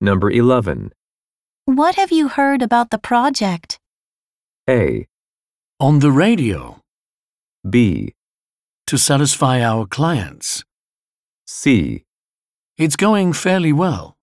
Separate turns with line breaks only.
Number 11.
What have you heard about the project?
A,
On the radio.
B,
To satisfy our clients.
C.
It's going fairly well.